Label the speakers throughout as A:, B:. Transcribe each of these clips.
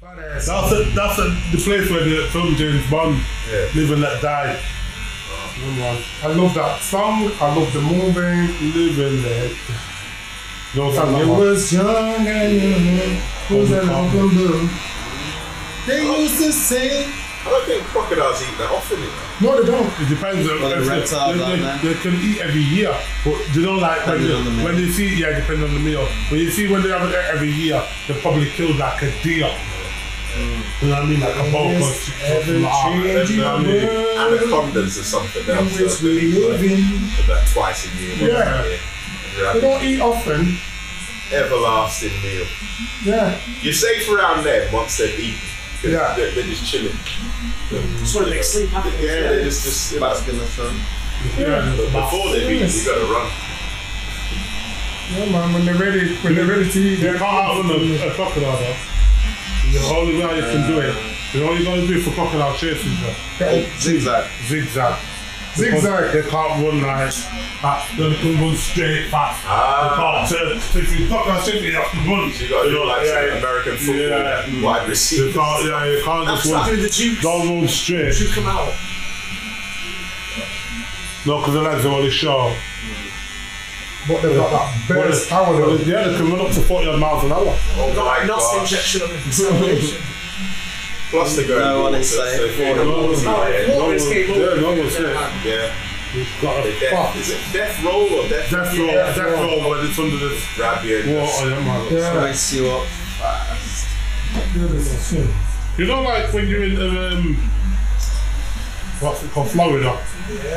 A: That's the, that's the, the place where the film James Bond,
B: Yeah.
A: Live and Let Die. Come on. I love that song. I love the movie. Live and Let. No,
C: I
A: song.
C: love
A: It
C: that.
A: was young and young. Was an open blue. They used to say.
B: I don't think crocodiles eat that often, you know.
A: No, they don't. It depends. on
D: Well, the
A: if
D: reptiles
A: they,
D: out
A: they, they
D: there.
A: can eat every year, but they don't like when
D: Depending
A: they,
D: on the meal.
A: when they see. Yeah, depending on the meal. But you see, when they have it every year, they probably kill like a deer. You know what I mean? Like a bull,
C: Yes,
A: or
C: ever
A: a
E: uh,
A: llama,
C: changing
A: you know
E: um,
A: what I mean?
B: Anacondas or something else.
C: which
B: that
C: we
B: they eat,
C: live
B: like,
C: in.
B: About twice a year. once
A: Yeah.
B: a year. Yeah,
A: They don't eat often.
B: Everlasting meal.
A: Yeah.
B: You're safe around them once they've eaten. 'cause
A: Yeah.
B: They're, they're just chilling.
E: Just want to make sleep happen.
B: Yeah, they're just, just
D: You're
B: about,
D: asking us, son.
A: Yeah.
B: but before they've eaten, you've got to run.
A: Yeah, man. When they're ready, when they're ready to eat, they can't have a, a crocodile. Though. The only way you can do it, the only you got to do for crocodile chasing is
D: Oh, zigzag.
A: zigzag. Zigzag. They can't run like that. They can run straight fast.
B: Ah.
A: They can't turn. If you talk about something, you have to run.
B: So you've got to do like
A: yeah,
B: some
A: yeah.
B: American football
A: Yeah.
B: wide
A: You
B: receivers.
A: can't, yeah, you can't just
B: That's
A: run.
E: Do the jukes.
A: Don't run straight.
E: Juke them out.
A: No, because the legs are only short.
C: But they've got that burst power
A: Well,
C: though.
A: yeah, they can run up to 40 odd miles an hour.
B: Oh my
E: Not
B: gosh.
E: injection of salvation.
B: Plus they go.
D: No
B: in
D: one
B: water,
D: is safe.
B: so if you're in
A: No
B: water,
A: one's
E: Oh,
B: yeah,
E: if water is
A: Yeah,
E: capable.
A: no one's safe.
B: Yeah.
A: You've got
B: The
A: to
B: death,
A: Oh, fuck.
B: is it death roll or death?
A: Death roll,
C: Yeah,
A: death
C: yeah.
A: roll when it's under the
B: Grab you. and just-
A: water, yeah, man.
C: Yeah.
D: Race you up fast.
A: You know, like when you're in um, what's it called, Florida,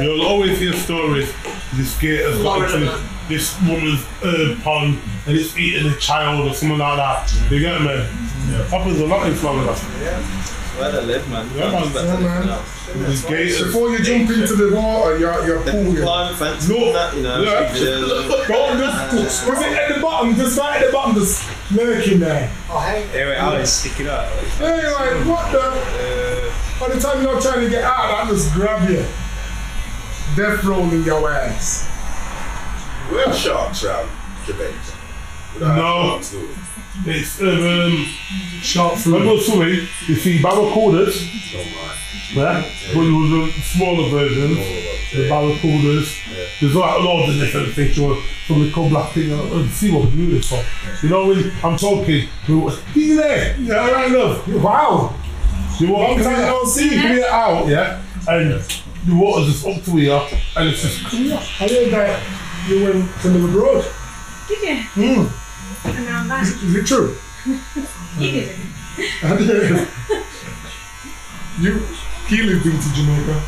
A: you'll always hear stories. This gator's got
E: Florida
A: into
E: man.
A: this woman's herb pond and it's eating a child or something like that. You get me? Happens a lot in Florida.
D: Where they live, man.
A: Yeah, man.
D: Better
C: Yeah,
D: than
C: man.
D: else.
A: These gators.
C: Before you jump into the water, you're, you're
D: They
C: cool. yeah.
D: climb fences
A: No.
D: and that, you know. uh,
A: Yeah.
D: Yeah.
C: Don't just, was it at the bottom? Just right at the bottom, just lurking there.
E: Oh, hey.
D: Anyway, Alex, stick it up.
C: Hey, like, what the? By the time you're trying to get out, I just grab you. Death rolling your ass.
B: We have sharks around Jamaica. We don't
A: No.
B: have sharks, do we?
A: It's um,
C: Sharp
A: when
C: food.
A: you're swimming, Oh, you see barracudas,
B: Oh my.
A: yeah, but it was a smaller version. The barracudas. There's like loads of different fish or from the club like thing and, and see what beautiful. You know when I'm talking, we were you there? Yeah, all right love.
C: Wow.
A: You walk
C: Long time
A: clear,
C: no see.
A: clear out, yeah? And the water's just up to here and it's just clear.
C: I heard that you went to live abroad.
F: Did you?
C: Mm.
F: And now that
C: Is it true?
F: you didn't.
C: I did. you, he lived into Jamaica.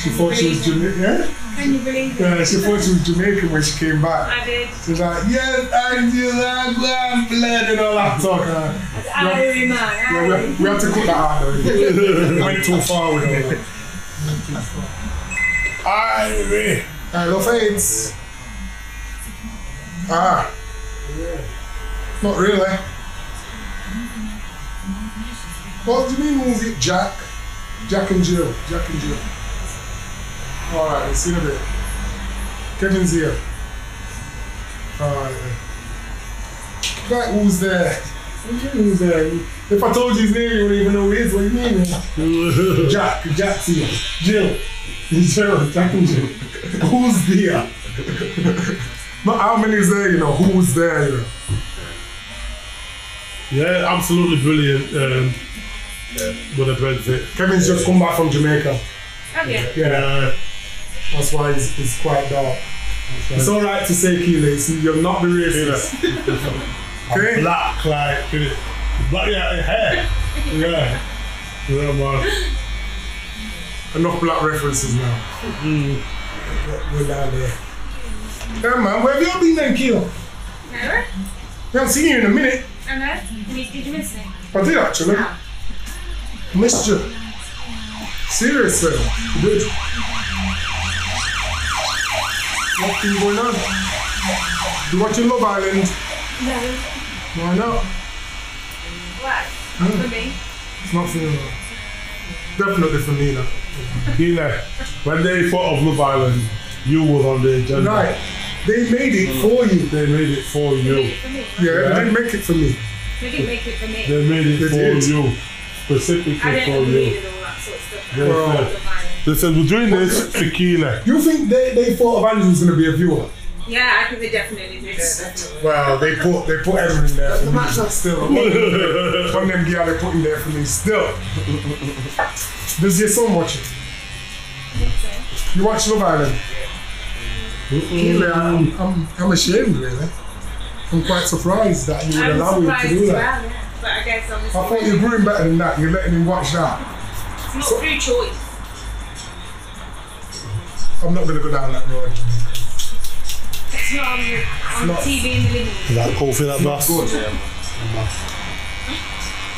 C: She thought she was Jamaican. Yeah?
F: Can you believe it?
C: yeah? She thought she was Jamaican when she came back.
F: I did.
C: She's like, yes, I do that, I'm blood and all that talk. Uh,
F: I remember.
C: yeah, we, have, we have to cut that out. though. Went too far with all that.
A: Aye.
C: Alright, no fades. Ah. Not really. What do you mean movie? Jack? Jack and Jill. Jack and Jill. Alright, we'll see you in a bit. Kevin's here. Alright. Right, who's there? What do you mean Who's there? If I told you his name, you wouldn't even know who he is. What do you mean? man? Jack. Jack's here. Jill. Jill. Jack and Jill. Who's there? Not how many is there, you know. Who's there, you know.
A: Yeah, absolutely brilliant. Um, With a Brexit.
C: Kevin's just come back from Jamaica.
F: Have you?
C: Yeah,
A: Yeah,
C: that's why it's, it's quite dark. It's all right to say Keely. It's- You're not the racist. Okay.
A: black, like, with it- black yeah, hair. Yeah. Yeah, man.
C: Enough black references now. Mm. We're- We're down there. Yeah, man. Where have you all been then, Keely?
F: Never?
C: We haven't seen you in a minute.
F: I know. And you- Did you miss me?
C: I did actually.
F: No.
C: Missed you. Seriously. You did. What's been going on? You watching Love Island?
F: No.
C: Why not?
F: Why?
C: Hmm.
F: For me.
C: It's not for me. Definitely for me, no.
A: Kina, when they thought of Love Island, you were on the agenda.
C: Right. They made it for you.
A: They made it for you.
F: For me.
C: Mm. Yeah,
A: Yeah.
C: they didn't make it for me.
F: They didn't make it for me.
A: They made it
C: They
A: for
C: did.
A: you.
F: I
A: Specifically for
F: didn't agree
A: you.
F: and all that sort of stuff.
A: They
C: Well-
A: said, they said, we're doing this tequila.
C: You think they, they thought Evangeline was going to be a viewer?
F: Yeah, I think they definitely did.
C: Well, they put they put everything there for me. Still, one them girl they put in there for me. Still, does your son watch it? You watch Love Island? Really, I'm, I'm, I'm ashamed, really. I'm quite surprised that you would
F: I'm
C: allow him to
F: surprised as
C: do
F: well,
C: that.
F: yeah. But I guess obviously
C: I thought you grew him better than that. You're letting him watch that.
F: it's not through choice.
C: I'm not going to go down that road.
F: It's not on, the, on
C: Not-
F: TV in the living room.
A: Is that cool for that boss?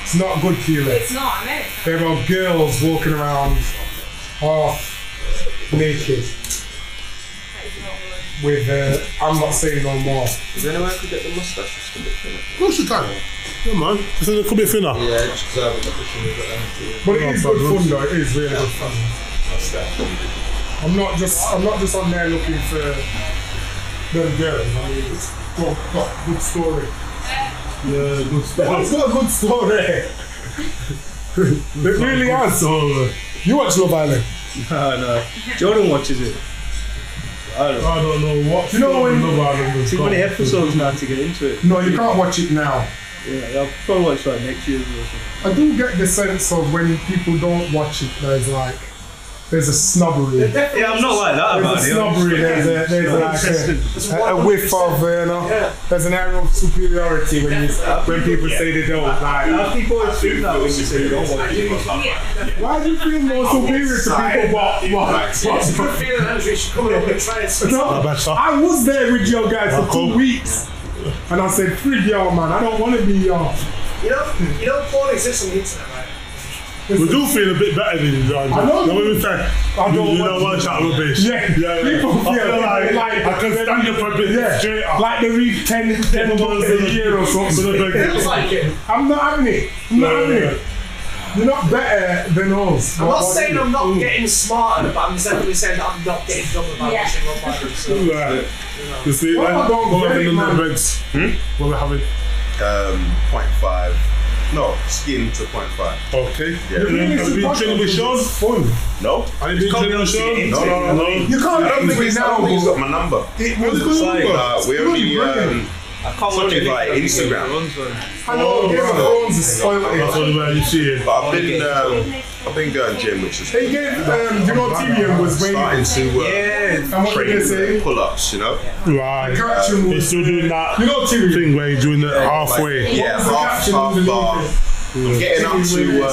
C: It's not good for you, mate.
F: It's not, I know. it's not.
C: There are girls walking around half naked
F: That is not good.
C: with, uh, I'm not saying no more.
D: Is anywhere I could get the mustache to look for
A: Of course you can. Yeah, man. So there could be a thinner.
D: Yeah, just um, because I haven't got the thing we've got down here.
C: But it is
A: No
C: good
A: problem.
C: fun though, it is really good fun. I'm not just I'm not just on there looking for them girls. I mean, it's got, got good story.
A: Yeah, good
C: That's
A: stuff.
C: got a good story. it really has.
A: So,
C: You watch Love Island.
D: No, no. Jordan watches it. I don't know.
A: I don't know what.
C: You know
A: story
C: when-
A: Love Island has
D: Too many
A: got.
D: episodes now to get into it.
C: No, you can't watch it now.
D: Yeah, I'll probably watch that next year or something.
C: I do get the sense of when people don't watch it, there's like there's a snobbery.
D: Yeah, I'm not like that about
C: There's
D: it.
C: a snobbery, there's a, there's like a, a, a whiff of, uh, you know, there's an air of superiority when you, when people say they don't. Like,
D: How people always think that when you say you don't watch it.
C: why do you feel more superior to people? What, what, what,
E: It's a good feeling, Andrew. You should come in and try and
C: No,
A: better.
C: I was there with your guys for two
A: cool.
C: weeks. And I said, free y'all, man. I don't want to be uh, y'all.
E: You know, you know, porn exists on the internet, right?
A: We do feel a bit better than you, John.
C: I know.
A: No, we say, I
C: don't
A: you
C: want
A: don't want to chat rubbish.
C: Yeah,
A: yeah, yeah.
C: people
A: I
C: feel
A: feel like,
C: like-
A: I can stand up a bit
C: Yeah.
A: straighter.
C: Like they read 10, 10 books a year or something.
E: Feels like it.
C: I'm not having it. I'm not
A: No,
C: having
A: no.
C: it. You're not better than us.
E: I'm
C: What-
E: not
C: what
E: saying
C: do
E: I'm not
B: Mm.
C: you-
E: getting smarter, but I'm definitely saying that I'm not getting dumber by
F: Yeah.
E: watching Love Island. So.
A: Right. You see,
C: Well,
A: when
C: I don't
A: we're
C: get it,
A: having
C: man.
A: the events, when we're having,
B: Um, 0.5. No, skin to 0.5.
A: okay.
B: Yeah.
A: Have
C: Really,
A: you been
C: it's
A: training with Sean?
C: It's fun.
B: No?
A: Have you been
D: can't
A: training with
D: be
A: Sean?
B: No,
D: honest,
B: no, no, no.
C: You can't
B: I don't think
C: it
B: he's, I
C: now,
B: don't think he's got
C: but
B: my number.
C: it was
A: What's it
C: good.
A: called?
B: Uh, we
C: It's
B: only,
C: really brilliant.
B: um,
D: I can't
B: It's
D: watch
B: only
D: it.
B: via Instagram.
C: I know
A: Oh,
C: Game of
A: right.
C: Thrones is
A: That's
C: spoiled.
A: only where you see it.
B: but I've been, um, I've been going gym, which is
C: They gave, um, you know, TVM was waiting.
B: starting to uh,
D: Yeah.
C: And what did they
B: train
C: say?
B: pull-ups, you know?
A: Right.
C: Character
A: They're
C: moves.
A: still doing that
C: You know, TVM.
A: thing where you're doing it halfway.
B: Like, yeah,
C: What was the
B: half,
C: caption
B: half
C: underneath
B: bar. I'm getting up to,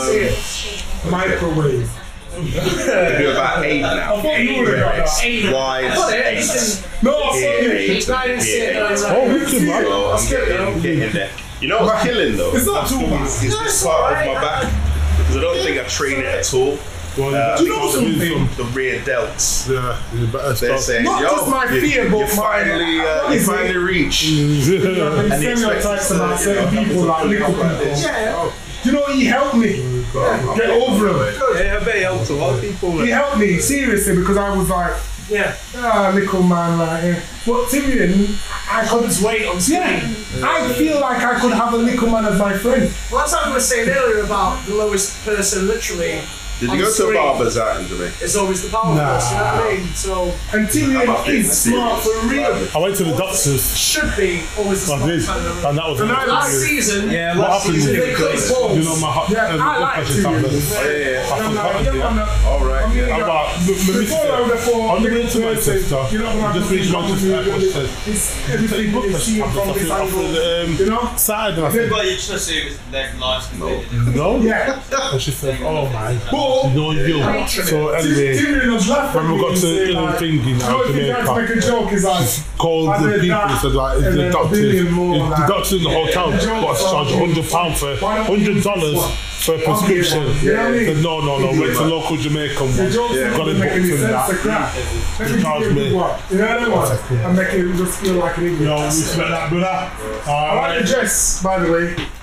B: um,
C: Microwave.
B: I do about eight now.
C: thought you were about that.
B: Eight
E: But
B: wide,
E: it
B: eight.
E: is.
C: No, I saw
B: Yeah,
C: you.
B: eight.
E: It's nine and six, nine and
B: Yeah.
E: nine.
A: Oh, we can, man.
B: So I'm getting, getting there. You know what's killing though?
C: It's not
B: That's
C: too
B: the-
C: bad.
B: Is this part of my back? Because I don't think I train it at all. Uh,
A: Well,
B: I
A: you
B: think
A: know
B: it's
A: something?
B: The, the rear delts.
A: Yeah, you better
B: They're
A: stop.
B: saying,
C: Not
B: yo,
C: just my
B: you,
C: fear, but
B: you
C: my-
B: finally, uh,
C: what
B: you
C: is it?
B: finally reach.
C: There's
B: And the
C: stereotypes
B: expectancy,
C: about certain
B: you know,
C: people, like
B: comes
C: little
B: up like
C: people.
B: this.
E: Yeah.
C: You know, he helped me. Get over it.
D: Yeah, I bet it helps a lot of people.
C: He helped me, seriously, because I was like,
E: Yeah.
C: ah, little man, like, eh. But Tyrion, I could.
E: Comes weight on screen.
C: Yeah, I feel like I could have a little man as my friend.
E: Well, that's what I was saying earlier about the lowest person literally
B: Did you
E: I'm
B: go to a
E: sorry.
B: barber's out in Jamaica?
E: is always the power
C: Nah.
E: force, you know what I mean? So,
C: And Tyrion is smart for real.
A: I went to the doctors.
E: should be always the
A: I did,
E: smart man.
A: and that was.
C: I
E: Last
A: amazing.
E: season,
D: Yeah,
A: What
D: last
A: happened
D: season
A: is-
E: they cut his balls.
A: You know my heart.
C: Yeah, I like Tyrion.
B: Yeah, yeah.
C: And I'm like, yeah, I'm not.
B: All right. Yeah.
A: I'm like, look, let me
C: Before I
A: see.
C: was before,
A: On the way to Manchester,
C: you know what I'm
A: just reached Manchester Airport. said,
C: It's
A: "Take
C: everything
A: blood
C: you
A: pressure
C: see
A: tablets
C: from
A: off
C: this
A: the- off
C: angle.
A: the, um,
C: You know?
A: Side and I said,
G: Well, you should assume it's their lives completely
A: no.
C: Yeah.
A: And she said, oh my
C: But
A: No, you. So anyway,
C: Tyrion was laughing.
A: when we got to the thinking
C: You
A: now,
C: know, if you tried to make
A: Jamaica,
C: a joke, he's like,
A: called
C: I
A: the
C: did
A: people
C: that,
A: and said like,
C: and
A: it's
C: then
A: the
C: a
A: doctor,
C: billion more
A: it's the
C: like-
A: doctor in the hotel got
C: Yeah.
A: charged hundred pound for
C: Why don't you
A: hundred
C: use
A: dollars
C: one?
A: for a prescription.
C: one, you know what I mean?
A: Said, no, no, no, went to local Jamaican one.
C: the joke's
A: Got it
C: not going
A: booked
C: to make any
A: in
C: sense to
A: that.
C: crap. Let me
A: Charge
C: give you a
A: me.
C: good one. You know what I mean? I'm making him just feel like an
A: No,
C: idiot.
A: respect that, brother.
C: I
A: All
C: like the
A: right.
C: dress, by the way.